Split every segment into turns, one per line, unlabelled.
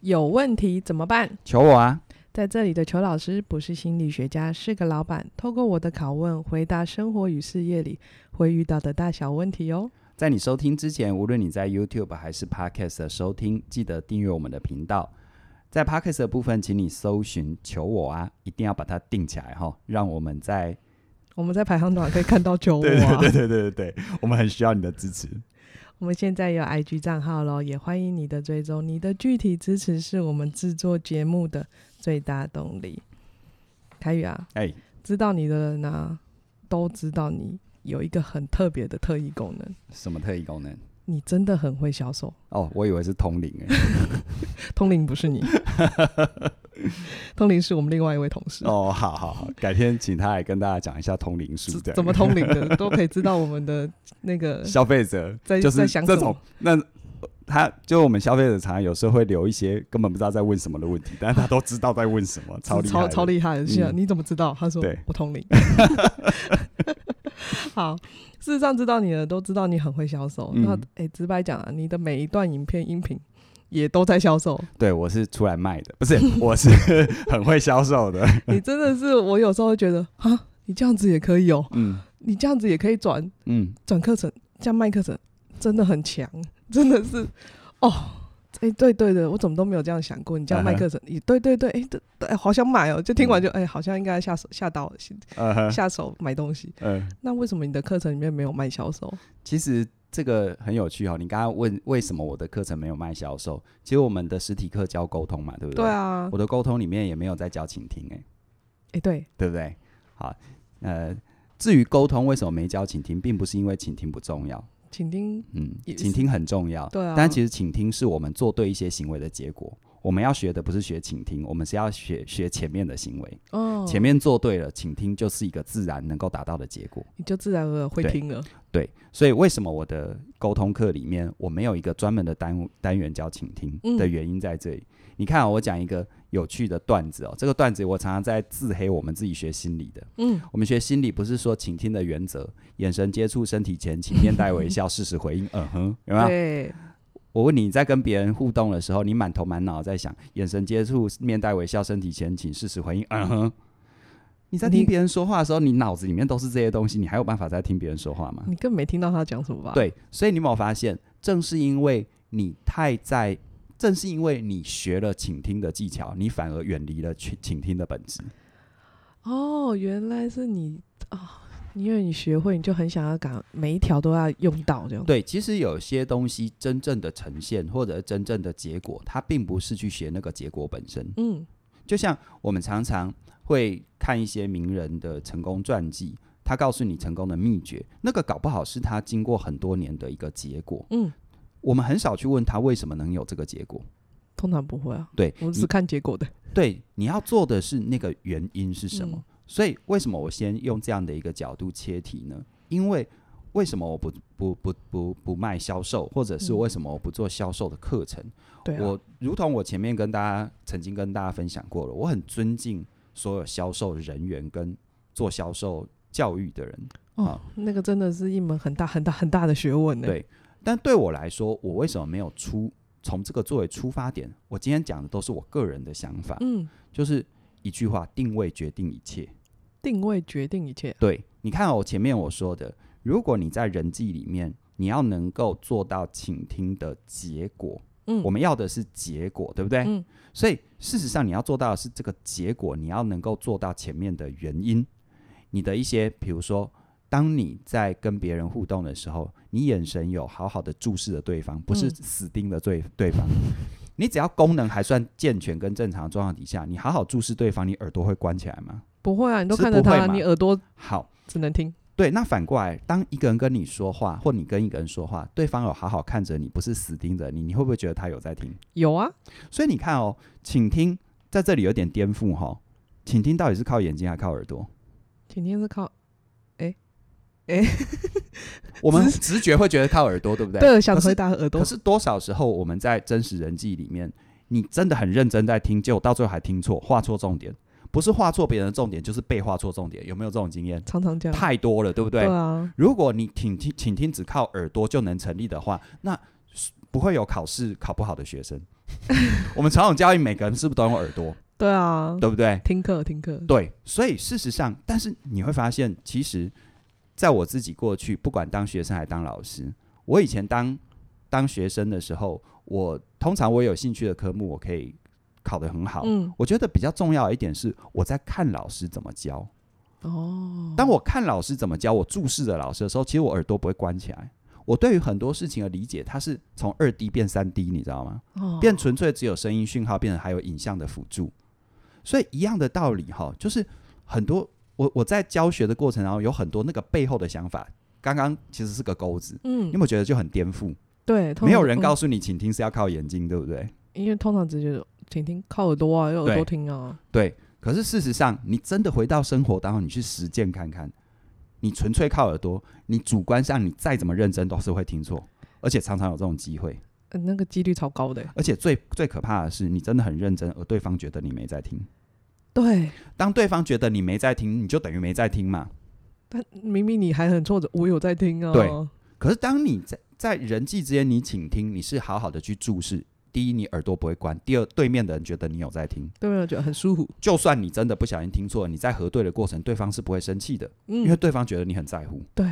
有问题怎么办？
求我啊！
在这里的裘老师不是心理学家，是个老板。透过我的拷问，回答生活与事业里会遇到的大小问题哦。
在你收听之前，无论你在 YouTube 还是 Podcast 的收听，记得订阅我们的频道。在 Podcast 的部分，请你搜寻“求我啊”，一定要把它定起来哈、哦，让我们在
我们在排行榜可以看到求我、啊。
对对对对对对对，我们很需要你的支持。
我们现在有 IG 账号喽，也欢迎你的追踪。你的具体支持是我们制作节目的最大动力。凯宇啊，
哎、
知道你的人啊，都知道你有一个很特别的特异功能，
什么特异功能？
你真的很会销售。
哦，我以为是通灵哎。
通灵不是 你，通灵是我们另外一位同事。
哦，好好好，改天请他来跟大家讲一下通灵术
怎
的。
怎么通灵的都可以知道我们的那 个
消费者
在
就是
在想
这
什
种
么，
那他就我们消费者常常有时候会留一些根本不知道在问什么的问题，但是他都知道在问什么，超厉害
超
的，
超厉害的！是啊，
嗯
你怎么知道？他说
对
我通灵。 好，事实上知道你的都知道你很会销售。
嗯
那哎、直白讲啊，你的每一段影片、音频也都在销售。
对我是出来卖的， 不是我是 很会销售的。
你真的是，我有时候会觉得啊，你这样子也可以哦，
嗯
你这样子也可以转
嗯，
转课程，这样卖课程真的很强， 真的是哦。哎、对对的，我怎么都没有这样想过。你这样卖
嗯哼
课程，也对对对，哎、对对，哎好想买哦。就听
嗯
完就哎、好像应该下手下刀
呃呵
下手买东西。
呃，
那为什么你的课程里面没有卖销售？
其实这个很有趣哦。你刚刚问为什么我的课程没有卖销售？其实我们的实体课教沟通嘛，对不
对啊，
我的沟通里面也没有在教倾听、欸，
哎、对，
对不对？好，呃，至于沟通为什么没教倾听，并不是因为倾听不重要，
请听，
嗯，
也是
倾听很重要，
对啊
但其实倾听是我们做对一些行为的结果。我们要学的不是学倾听，我们是要学学前面的行为。
哦，
前面做对了，倾听就是一个自然能够达到的结果。
你就自然而然会听了。
对，所以为什么我的沟通课里面我没有一个专门的单单元叫倾听
嗯
的原因在这里。你看啊、我讲一个有趣的段子哦，这个段子我常常在自黑我们自己学心理的。
嗯，
我们学心理不是说倾听的原则，眼神接触、身体前倾、面带微笑、适时回应，嗯哼，有没有？
对，
我问你，你在跟别人互动的时候，你满头满脑在想眼神接触、面带微笑、身体前倾、适时回应，嗯哼。你在听
你
别人说话的时候，你脑子里面都是这些东西，你还有办法再听别人说话吗？
你根本没听到他讲什么吧？，
对，所以你有没有发现，正是因为你太在，正是因为你学了倾听的技巧，你反而远离了倾倾听的本质。
哦，原来是你啊、因为你学会，你就很想要赶每一条都要用到这样。
对，其实有些东西真正的呈现或者真正的结果，它并不是去学那个结果本身。
嗯，
就像我们常常会看一些名人的成功传记，他告诉你成功的秘诀，那个搞不好是他经过很多年的一个结果。
嗯，
我们很少去问他为什么能有这个结果。
通常不会啊，
对，
我们
你
只看结果的。
对，你要做的是那个原因是什么？
嗯
所以为什么我先用这样的一个角度切题呢？因为为什么我不不不不不卖销售，或者是
嗯
为什么我不做销售的课程？
对啊，
我如同我前面跟大家曾经跟大家分享过了，我很尊敬所有销售人员跟做销售教育的人，
哦
好，
那个真的是一门很大很大很大的学问呢。
啊对但对我来说，我为什么没有出从这个作为出发点？我今天讲的都是我个人的想法，
嗯，
就是一句话：定位决定一切。
定位决定一切。
对，你看哦我、前面我说的，如果你在人际里面，你要能够做到倾听的结果，
嗯，
我们要的是结果，对不对？
嗯
所以事实上，你要做到的是这个结果，你要能够做到前面的原因。你的一些，比如说，当你在跟别人互动的时候，你眼神有好好的注视着对方，不是
嗯
死盯着对对方。你只要功能还算健全跟正常的状况底下，你好好注视对方，你耳朵会关起来吗？
不会啊，你都
是
看着
不会
他，
嘛
你耳朵
好，
只能听。
对，那反过来，当一个人跟你说话，或你跟一个人说话，对方有好好看着你，不是死盯着你，你会不会觉得他有在听？
有啊，
所以你看哦，倾听在这里有点颠覆哈、倾听到底是靠眼睛还是靠耳朵？
今天是靠
我们直 觉会觉得靠耳朵，对不对？
对，想
可是
回答耳朵
可。是多少时候我们在真实人际里面，你真的很认真在听，结果到最后还听错，画错重点，不是画错别人的重点，就是被画错重点，有没有这种经验？
常常这样。
太多了，对不对？
啊，
如果你倾听倾听只靠耳朵就能成立的话，那不会有考试考不好的学生，我们传统教育每个人是不是都用耳朵，
对啊，
对不对？
听课听课，
对，所以事实上，但是你会发现，其实在我自己过去，不管当学生还当老师，我以前当当学生的时候，我通常我有兴趣的科目，我可以考得很好。
嗯，
我觉得比较重要的一点是，我在看老师怎么教。
哦，
当我看老师怎么教，我注视着老师的时候，其实我耳朵不会关起来。我对于很多事情的理解，它是从二 D 变三 D，你知道吗？
哦
变纯粹只有声音讯号，变成还有影像的辅助。所以一样的道理哈，就是很多我我在教学的过程当中，有很多那个背后的想法，刚刚其实是个钩子。
嗯
你有，没有觉得就很颠覆？
对，通
没有
常
人
嗯
告诉你倾听是要靠眼睛，对不对？
因为通常直接听听靠耳朵啊，用耳朵
对
听啊，
对。可是事实上，你真的回到生活当中，你去实践看看，你纯粹靠耳朵，你主观上你再怎么认真都是会听错，而且常常有这种机会。
呃那个几率超高的欸。
而且最最可怕的是，你真的很认真，而对方觉得你没在听。
对，
当对方觉得你没在听，你就等于没在听嘛。
但明明你还很挫折，我有在听啊。
对可是当你在在人际之间，你倾听，你是好好的去注视。第一，你耳朵不会关；第二，对面的人觉得你有在听。
对面觉得很舒服。
就算你真的不小心听错了，你在核对的过程，对方是不会生气的，
嗯，
因为对方觉得你很在乎，
对，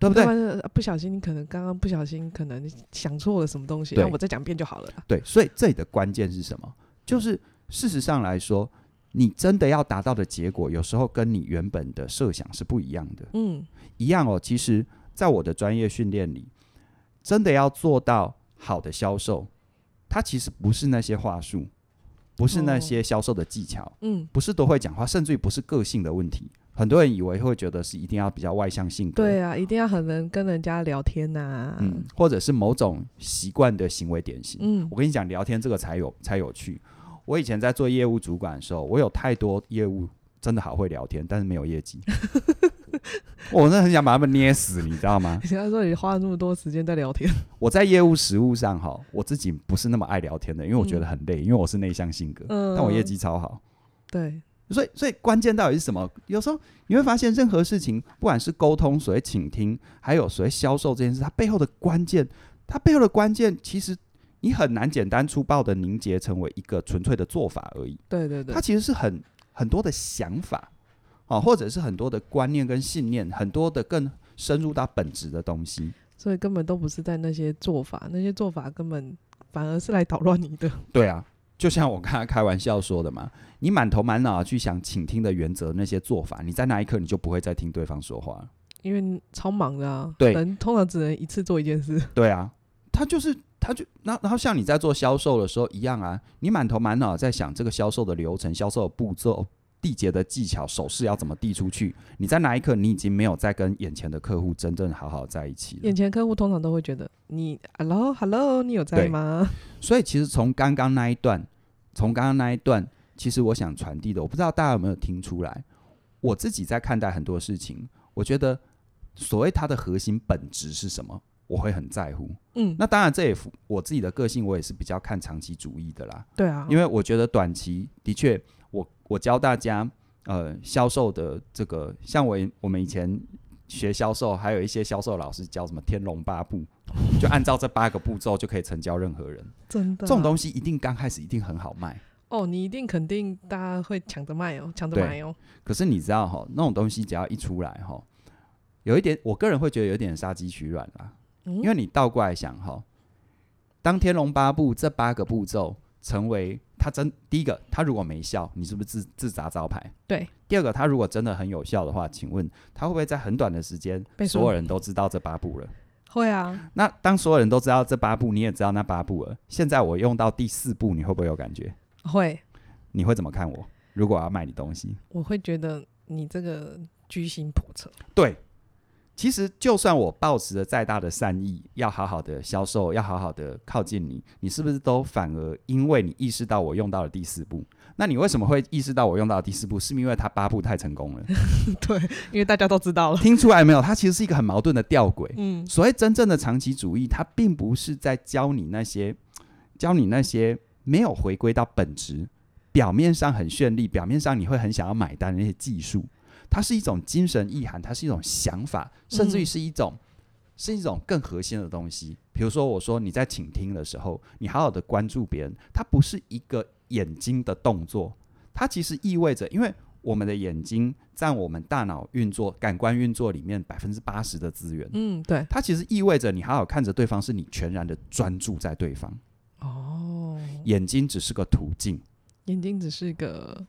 对不
要
对？
然呃不小心，可能刚刚不小心，可能想错了什么东西，
对
那我再讲一遍就好了。
对，所以这里的关键是什么？就是事实上来说，你真的要达到的结果，有时候跟你原本的设想是不一样的。
嗯，
一样哦。其实，在我的专业训练里，真的要做到好的销售，它其实不是那些话术，不是那些销售的技巧，
哦嗯，
不是都会讲话，甚至于不是个性的问题。很多人以为会觉得是一定要比较外向性格，
对啊，一定要很能跟人家聊天呐。
嗯，或者是某种习惯的行为典型。
嗯
我跟你讲，聊天这个才有才有趣。我以前在做业务主管的时候，我有太多业务真的好会聊天，但是没有业绩。我真的很想把他们捏死，你知道吗？
人家说你花了那么多时间在聊天，
我在业务实务上哈，我自己不是那么爱聊天的，因为我觉得很累，因为我是内向性格，
嗯，
但我业绩超好。
对，
所以，所以关键到底是什么？有时候你会发现，任何事情，不管是沟通、所谓倾听，还有所谓销售这件事，它背后的关键，它背后的关键，其实你很难简单粗暴的凝结成为一个纯粹的做法而已。
对对对
它，其实是很很多的想法啊，或者是很多的观念跟信念，很多的更深入到本质的东西。
所以根本都不是在那些做法，那些做法根本反而是来捣乱你的。
对啊，就像我刚才开玩笑说的嘛，你满头满脑地去想倾听的原则那些做法，你在那一刻你就不会再听对方说话了。
因为你超忙的啊，
对
人通常只能一次做一件 事，
对啊，他就是他就那然后像你在做销售的时候一样啊，你满头满脑地在想这个销售的流程、销售的步骤。缔结的技巧、手势要怎么递出去？你在那一刻，你已经没有再跟眼前的客户真正好好在一起了
眼。前客户通常都会觉得你 hello hello，你有在
对
吗？
所以其实从刚刚那一段，从刚刚那一段，其实我想传递的，我不知道大家有没有听出来。我自己在看待很多事情，我觉得所谓它的核心本质是什么，我会很在乎。
嗯，
那当然，这也符我自己的个性，我也是比较看长期主义的啦。
对啊，
因
为
为我觉得短期的确，我我教大家，呃，销售的这个，像我以我们以前学销售，还有一些销售老师教什么《天龙八部》，就按照这八个步骤就可以成交任何人。
真的啊
这种东西一定刚开始一定很好卖，
哦，你一定肯定大家会抢着卖哦，抢着
对
买哦，
可是你知道哈，那种东西只要一出来哈，有一点，我个人会觉得有点杀鸡取卵啦，
嗯
因为你倒过来想哈，当《天龙八部》这八个步骤成为它真第一个，它如果没效，你是不是自自砸招牌？
对。
第二个，它如果真的很有效的话，请问它会不会在很短的时间
被，说
所有人都知道这八步了？
会啊，
那当所有人都知道这八步，你也知道那八步了。现在我用到第四步，你会不会有感觉？
会，
你会怎么看我？如果我要卖你东西，
我会觉得你这个居心叵测，
对，其实就算我抱持着再大的善意，要好好的销售，要好好的靠近你，你是不是都反而因为你意识到我用到了第四步？那你为什么会意识到我用到了第四步？是因为他八步太成功了，
对，因为大家都知道了，
听出来没有？它其实是一个很矛盾的吊诡。
嗯，
所谓真正的长期主义，它并不是在教你那些教你那些没有回归到本质，表面上很绚丽，表面上你会很想要买单的那些技术，它是一种精神意涵，它是一种想法，甚至于是一种是一种更核心的东西。比如说，我说你在倾听的时候，你好好的关注别人，它不是一个眼睛的动作，它其实意味着，因为我们的眼睛占我们大脑运作、感官运作里面百分之八十的资源，
嗯，对，
它其实意味着你好好看着对方，是你全然的专注在对方，
哦，
眼睛只是个途径。
眼睛只是个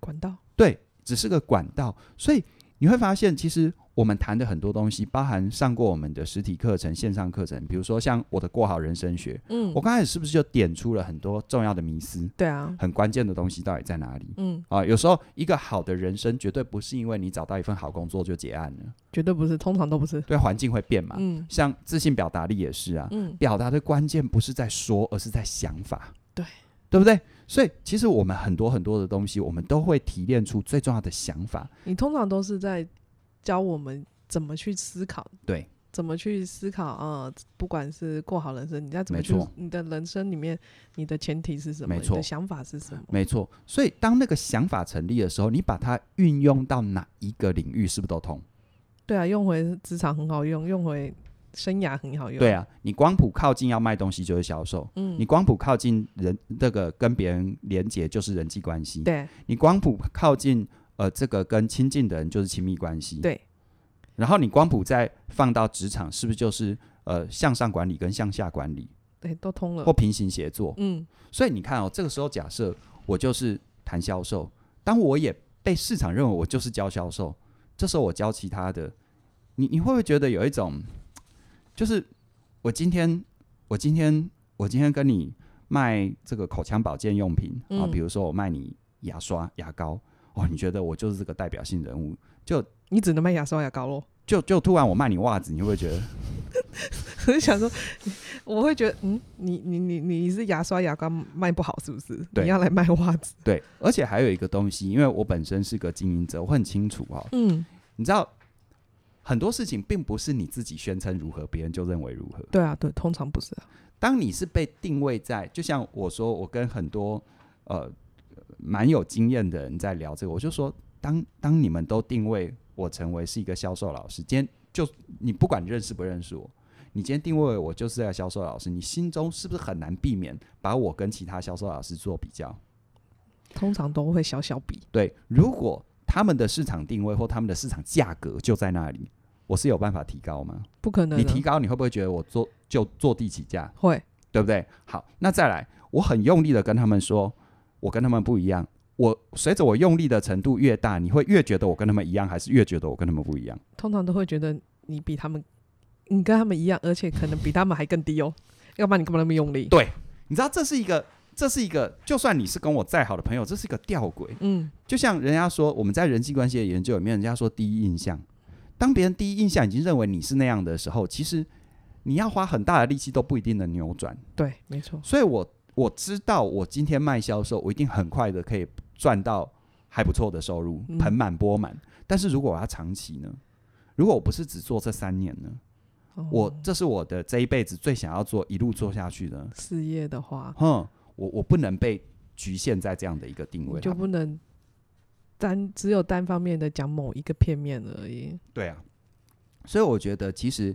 管道，
对，只是个管道。所以你会发现，其实我们谈的很多东西，包含上过我们的实体课程、线上课程，比如说像我的过好人生学，
嗯
我，刚开始是不是就点出了很多重要的迷思，
对啊，
很关键的东西到底在哪里？
嗯，
啊，有时候一个好的人生绝对不是因为你找到一份好工作就结案了，
绝对不是，通常都不是，
对环境会变嘛。
嗯
像自信表达力也是啊，
嗯，
表达的关键不是在说，而是在想法，
对
对不对？所以其实我们很多很多的东西，我们都会提炼出最重要的想法，
你通常都是在教我们怎么去思考，
对，
怎么去思考啊、呃不管是过好人生，你要怎么去
没错，
你的人生里面，你的前提是什么？
没
你
错
的想法是什么？
没错，所以当那个想法成立的时候，你把它运用到哪一个领域，是不是都通？
对啊，用回职场很好用，用回生涯很好用，
对，啊，你光谱靠近要卖东西就是销售，
嗯
你，光谱靠近人这个跟别人连接就是人际关系，
对
你光谱靠近呃这个跟亲近的人就是亲密关系，
对，
然后你光谱再放到职场，是不是就是呃向上管理跟向下管理
对，都通了
或，平行协作？
嗯，
所以你看哦，这个时候假设我就是谈销售，当我也被市场认为我就是教销售，这时候我教其他的，你你会不会觉得有一种，就是我今天我今天我今天跟你卖这个口腔保健用品、啊，
嗯
比如说我卖你牙刷、牙膏，哦，你觉得我就是这个代表性人物，
你只能卖牙刷牙膏咯。
就就突然我卖你袜子，你会不会觉得？
我就想说， 我会觉得，嗯，你你你你是牙刷牙膏卖不好是不是？
对
你要来卖袜子？
对，而且还有一个东西，因为我本身是个经营者，我很清楚哈、哦，
嗯，
你知道很多事情并不是你自己宣称如何，别人就认为如何。
对啊，对，通常不是啊。
当你是被定位在，就像我说，我跟很多呃蛮有经验的人在聊这个，我就说，当当你们都定位我成为是一个销售老师，今天就你不管你认识不认识我。你今天定位我就是这个销售老师，你心中是不是很难避免把我跟其他销售老师做比较？
通常都会小小比，
对，如果他们的市场定位或他们的市场价格就在那里，我是有办法提高吗？
不可能啊。
你提高，你会不会觉得我坐就坐地起价，
会，
对不对？好，那再来，我很用力的跟他们说，我跟他们不一样。我随着我用力的程度越大，你会越觉得我跟他们一样，还是越觉得我跟他们不一样？
通常都会觉得你比他们，你跟他们一样，而且可能比他们还更低哦。 要不然你干嘛那么用力？
对你知道这是一个，这是一个，就算你是跟我再好的朋友，这是一个吊诡。
嗯，
就像人家说，我们在人际关系的研究里面，人家说第一印象，当别人第一印象已经认为你是那样的时候，其实你要花很大的力气都不一定能扭转。
对，没错，
所以我我知道，我今天卖销售，我一定很快的可以赚到还不错的收入，
嗯
盆满钵满。但是如果我要长期呢？如果我不是只做这三年呢？
哦
我这是我的这一辈子最想要做，一路做下去的。
事业的话，
哼，我我不能被局限在这样的一个定
你
位。
就不能单只有单方面的讲某一个片面而已。
对啊，所以我觉得其实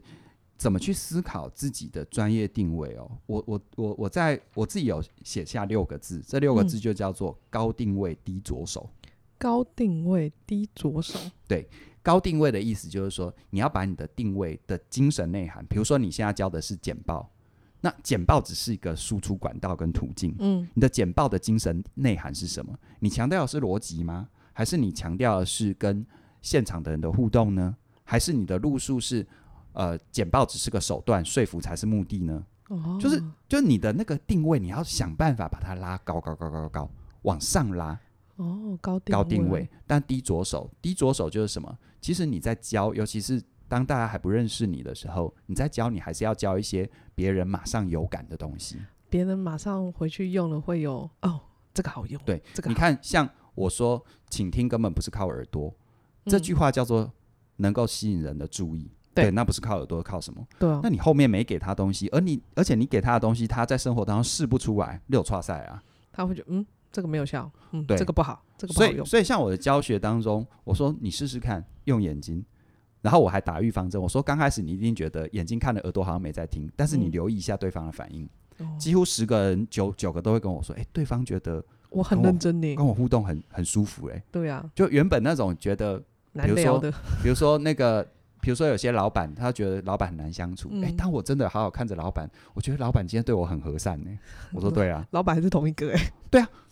怎么去思考自己的专业定位哦，我我我我在我自己有写下六个字，这六个
嗯
字就叫做高定位低着手。
高定位，低着手。
高定位的意思就是说，你要把你的定位的精神内涵，比如说你现在教的是简报，那简报只是一个输出管道跟途径，
嗯，
你的简报的精神内涵是什么？你强调的是逻辑吗？还是你强调的是跟现场的人的互动呢？还是你的路数是，呃，简报只是个手段，说服才是目的呢？
哦，
就是就是你的那个定位，你要想办法把它拉高高高高高，往上拉。
哦，高定
高定位，但低着手，低着手就是什么？其实你在教，尤其是当大家还不认识你的时候，你在教，你还是要教一些别人马上有感的东西。
别人马上回去用了会有哦，这个好用，
对，
这个
你
好
看，像我说，请听根本不是靠耳朵，这句、话叫做能够吸引人的注意。
嗯对
那不是靠耳朵，靠什么？
嗯、对啊
那，你后面没给他东西，而你而且你给他的东西，他在生活当中试不出来，六叉赛啊。
他会觉得嗯，这个没有效，嗯，
对
这个不好，这个不
所
好
以，
用，
所以像我的教学当中，我说你试试看，用眼睛，然后我还打预防针，我说刚开始你一定觉得眼睛看着耳朵好像没在听，但是你
嗯
留意一下对方的反应，
哦
几乎十个人九九个都会跟我说，哎、对方觉得
我很
跟我
认真呢
跟。我互动很很舒服、诶哎，
对啊，
就原本那种觉得，
难
如
聊
说
的，
比如说那个。比如说，有些老板他觉得老板很难相处，哎、
嗯
当我真的好好看着老板，我觉得老板今天对我很和善呢、诶我说对啊，
老板还是同一个哎、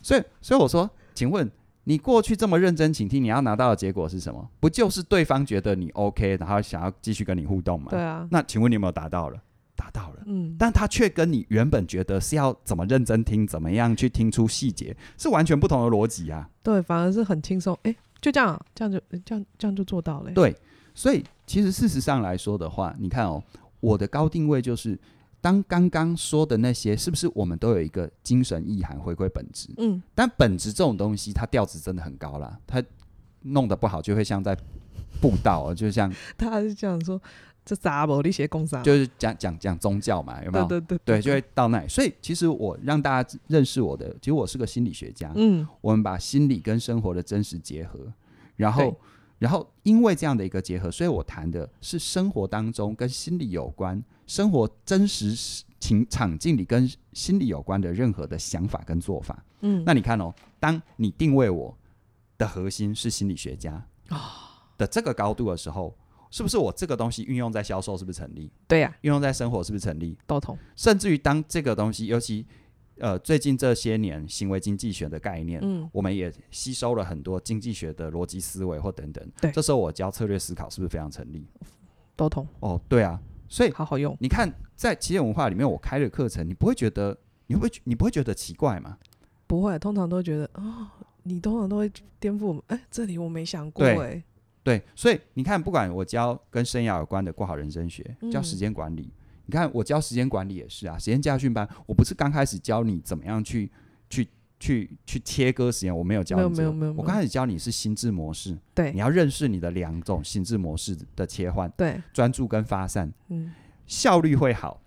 所以，所以我说，请问你过去这么认真倾听，你要拿到的结果是什么？不就是对方觉得你 OK，然后想要继续跟你互动吗？
对。啊，
那请问你有没有达到了？达到了，
嗯，
但他却跟你原本觉得是要怎么认真听，怎么样去听出细节，是完全不同的逻辑啊。
对，反而是很轻松，哎、就这样啊，这样就这样这样就做到了、欸。
对所以，其实事实上来说的话，你看哦，我的高定位就是。当刚刚说的那些，是不是我们都有一个精神意涵回归本质？
嗯，
但本质这种东西，它调子真的很高啦，它弄得不好就会像在布道哦，就像
他是这样说，这啥不你写工啥？
就是讲讲讲宗教嘛，有没有？
啊对对
对就会到那里。所以其实我让大家认识我的，其实我是个心理学家，
嗯，
我们把心理跟生活的真实结合，然后
对。
然后，因为这样的一个结合，所以我谈的是生活当中跟心理有关、生活真实情场境里跟心理有关的任何的想法跟做法。
嗯，
那你看哦，当你定位我的核心是心理学家
哦
的这个高度的时候，是不是我这个东西运用在销售是不是成立？
对啊呀、
运用在生活是不是成立？
都同，
甚至于当这个东西，尤其呃最近这些年行为经济学的概念。
嗯，
我们也吸收了很多经济学的逻辑思维或等等，
对
这时候我教策略思考是不是非常成立？
都同，
哦，对啊，所以
好好用，
你看在企业文化里面，我开的课程，你不会觉得，你会不会你不会觉得奇怪吗？
不会，通常都觉得哦，你通常都会颠覆我们，哎、这里我没想过、
对
哎，
对，所以你看，不管我教跟生涯有关的过好人生学，教
嗯
时间管理，你看我教时间管理也是啊，时间家训班，我不是刚开始教你怎么样去去去去切割时间，我没有教
没有
你这个
没有没有没
我
有
刚开始教你是心智模式，
对
你要认识你的两种心智模式的切换，
对，
专注跟发散，
嗯，
效率会好。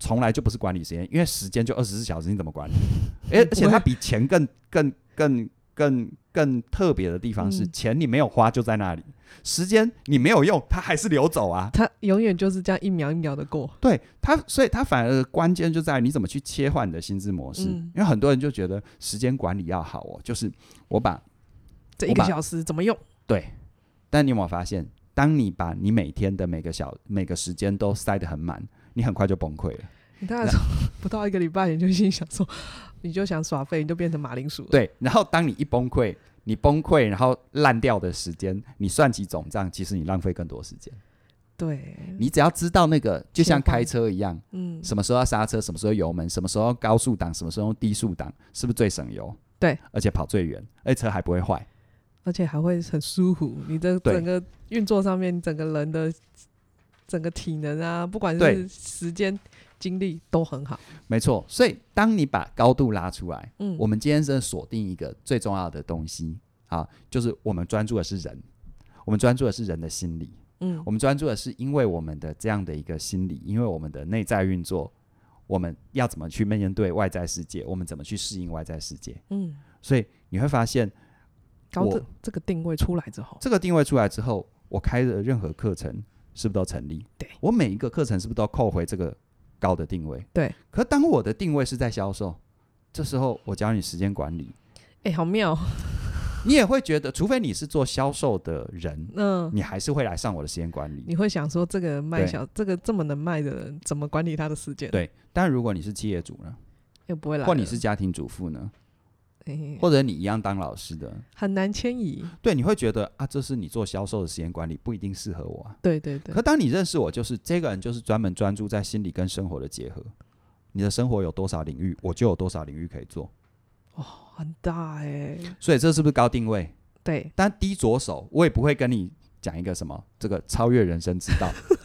从来就不是管理时间，因为时间就二十四小时，你怎么 管理？而而且它比钱更更更更更特别的地方是，
嗯
钱你没有花就在那里，时间你没有用，它还是流走啊。
他永远就是这样一秒一秒的过，
对它，所以它反而关键就在于你怎么去切换你的心智模式。
嗯
因为很多人就觉得时间管理要好哦，就是我把，
这
我
一个
把
小时怎么用？
但你有没有发现，当你把你每天的每个小每个时间都塞得很满，你很快就崩溃了。
你大概说不到一个礼拜，你就心想说，你就想耍废，你就变成马铃薯了。
对，然后当你一崩溃，你崩溃，然后烂掉的时间，你算起总账，其实你浪费更多时间。
嗯对，
你只要知道那个，就像
切换
开车一样，
嗯，
什么时候要刹车，什么时候油门，什么时候高速档，什么时候低速档，是不是最省油？
对，
而且跑最远，而且车还不会坏。
而且还会很舒服。你的
对
整个运作上面，你整个人的整个体能啊，不管
对
是时间、精力都很好。
没错，所以当你把高度拉出来，
嗯，
我们今天是锁定一个最重要的东西啊，就是我们专注的是人，我们专注的是人的心理。
嗯
我们专注的是，因为我们的这样的一个心理，因为我们的内在运作，我们要怎么去面对外在世界，我们怎么去适应外在世界。
嗯，
所以你会发现，
高
我
这这个定位出来之后，
这个定位出来之后，我开的任何课程是不是都成立？
对，
我每一个课程是不是都扣回这个高的定位？
对。
可当我的定位是在销售，这时候我教你时间管理，
哎、好妙哦。
你也会觉得，除非你是做销售的人，
嗯，
你还是会来上我的时间管理。
你会想说，这个卖
对
小，这个这么能卖的人，怎么管理他的时间？，
对，但如果你是企业主呢，
又不会来了。
或你是家庭主妇呢，
哎
或者你一样当老师的，
很难迁移。
对，你会觉得啊，这是你做销售的时间管理，不一定适合我啊。
对对对
可，当你认识我，就是这个人，就是专门专注在心理跟生活的结合。你的生活有多少领域，我就有多少领域可以做。
哦很大哎、
所以这是不是高定位？
对，
但低着手，我也不会跟你讲一个什么这个超越人生之道，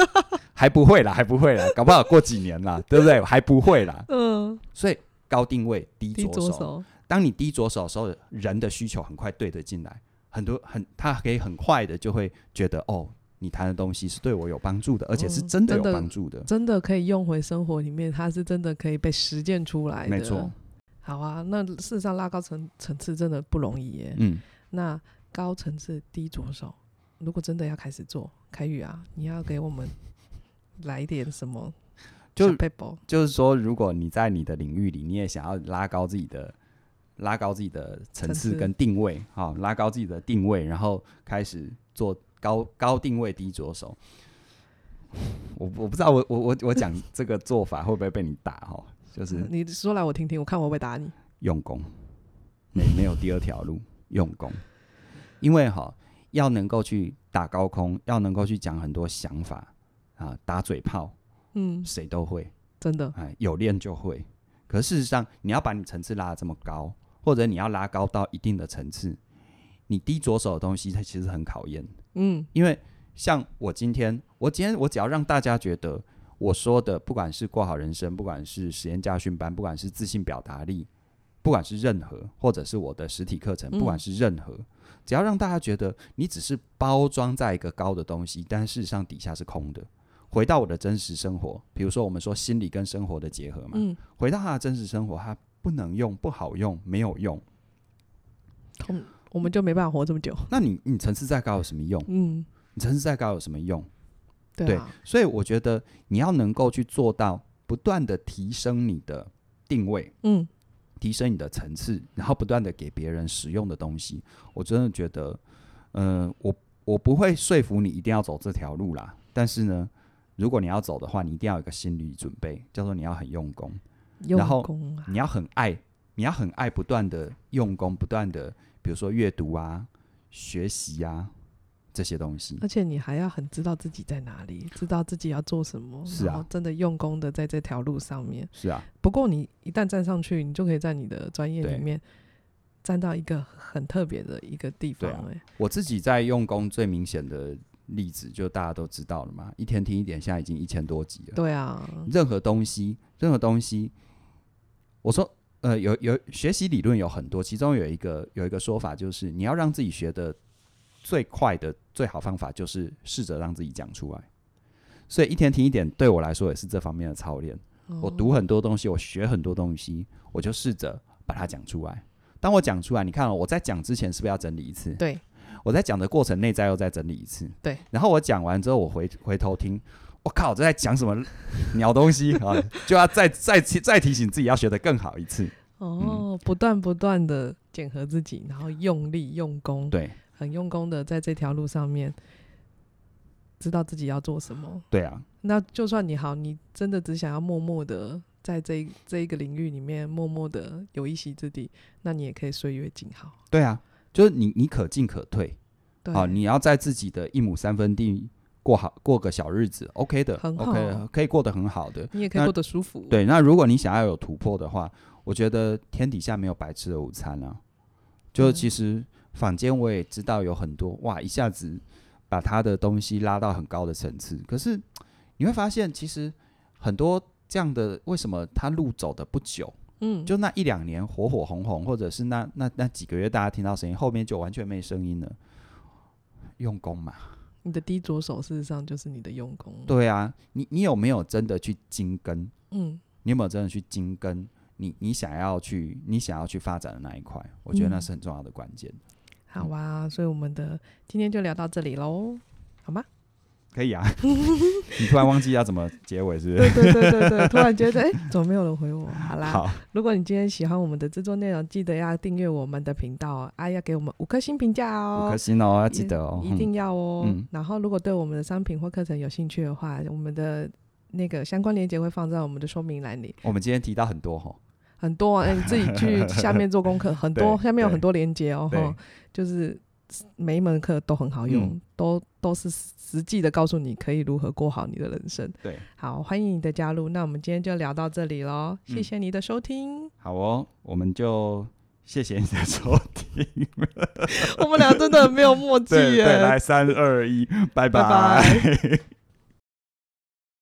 还不会啦，还不会啦，搞不好过几年啦，对不对？还不会啦。
嗯，
所以高定位低
低
着
左
手，
手，
当你低着手的时候，人的需求很快对得进来，很多很他可以很快的就会觉得哦，你谈的东西是对我有帮助的，而且是真的有帮助的。
真的可以用回生活里面，它是真的可以被实践出来的。
没错，
好啊，那事实上拉高层层次真的不容易耶。
嗯，
那高层次低着手，如果真的要开始做，凯宇啊，你要给我们来一点什么
就
p a p e
就是说，如果你在你的领域里，你也想要拉高自己的拉高自己的层
层
次
次
跟定位，好、拉高自己的定位，然后开始做高高定位低着手。我我不知道我，我我我讲这个做法会不会被你打哈、就是
你说来我听听，我看我会不会打你。
用功，没没有第二条路，用功。因为哈、要能够去打高空，要能够去讲很多想法啊，打嘴炮，
嗯，
谁都会。
真的，
哎，有练就会。可事实上，你要把你层次拉得这么高，或者你要拉高到一定的层次，你低着手的东西，它其实很考验。
嗯
因为像我今天，我今天我只要让大家觉得我说的，不管是过好人生，不管是实验家训班，不管是自信表达力，不管是任何，或者是我的实体课程，
嗯
不管是任何，只要让大家觉得你只是包装在一个高的东西，但事实上底下是空的。回到我的真实生活，比如说我们说心理跟生活的结合嘛，
嗯，
回到他的真实生活，他不能用、不好用、没有用，
空我们就没办法活这么久。
那你你层次再高有什么用？
嗯，
你层次再高有什么用？
对
对
啊，
所以我觉得你要能够去做到不断的提升你的定位，
嗯，
提升你的层次，然后不断的给别人使用的东西，我真的觉得，嗯，我我不会说服你一定要走这条路啦。但是呢，如果你要走的话，你一定要有一个心理准备，叫做你要很用功，
用
然后嗯
功啊，
你要很爱，你要很爱不断的用功，不断的，比如说阅读啊、学习啊这些东西。
而且你还要很知道自己在哪里，知道自己要做什么，
是啊
然后真的用功的在这条路上面。
是啊，
不过你一旦站上去，你就可以在你的专业
对
里面站到一个很特别的一个地方、
对啊
哎、
我自己在用功最明显的例子，就大家都知道了嘛，一天听一点，现在已经一千多集了。
对啊，
任何东西，任何东西，我说，呃，有有学习理论有很多，其中有一个有一个说法就是，你要让自己学的最快的最好方法就是试着让自己讲出来。所以一天听一点，对我来说也是这方面的操练。我
哦
读很多东西，我学很多东西，我就试着把它讲出来。当我讲出来，你看、哦、我在讲之前是不是要整理一次？
对，
我在讲的过程内在又再整理一次，
对，
然后我讲完之后，我回回头听，我靠，这在讲什么鸟东西 啊？就要再再再提醒自己要学得更好一次，
哦，
嗯
不断不断的检核自己，然后用力用功，
对
很用功的在这条路上面，知道自己要做什么。
对啊，
那就算你好，你真的只想要默默的在这一这一个领域里面默默的有一席之地，那你也可以岁月静好。
对啊，就是你你可进可退，
对，
好，你要在自己的一亩三分地过好过个小日子，OK 的
很好
，OK 的，可以过得很好的，
你也可以
那
过得舒服。，
对，那如果你想要有突破的话，我觉得天底下没有白吃的午餐啊。就
嗯
其实坊间我也知道有很多哇，一下子把他的东西拉到很高的层次，可是你会发现，其实很多这样的为什么他路走的不久，
嗯，
就那一两年火火红红，或者是那那那几个月大家听到声音，后面就完全没声音了。用功嘛，
你的低着手，事实上就是你的用功。，
对啊，你你有没有真的去精耕？
嗯，
你有没有真的去精耕你你想要去你想要去发展的那一块？我觉得那
嗯
是很重要的关键。
好
嗯
啊，所以我们的今天就聊到这里喽， 好吗？
可以啊，你突然忘记要怎么结尾是不
对对
是？
对对对，突然觉得哎、怎么没有人回我？好啦，
好，
如果你今天喜欢我们的制作内容，记得要订阅我们的频道哦啊，要给我们五颗星评价
五
哦
颗。星哦，要记得哦，
一定要哦。
嗯
然后，如果对我们的商品或课程有兴趣的话，我们的那个相关链接会放在我们的说明栏里，
嗯。我们今天提到很多哈，
很多、 啊，哎你自己去下面做功课，很多
对
下面有
对
很多链接哦，
对
哈，就是每一门课都很好用，
嗯
都都是实际的告诉你可以如何过好你的人生。
对，
好，欢迎你的加入。那我们今天就聊到这里喽，
嗯
谢谢你的收听，
好哦，我们就谢 谢你的收听，
我们俩真的很没有默契
对
耶。
对，来三二一，拜
拜拜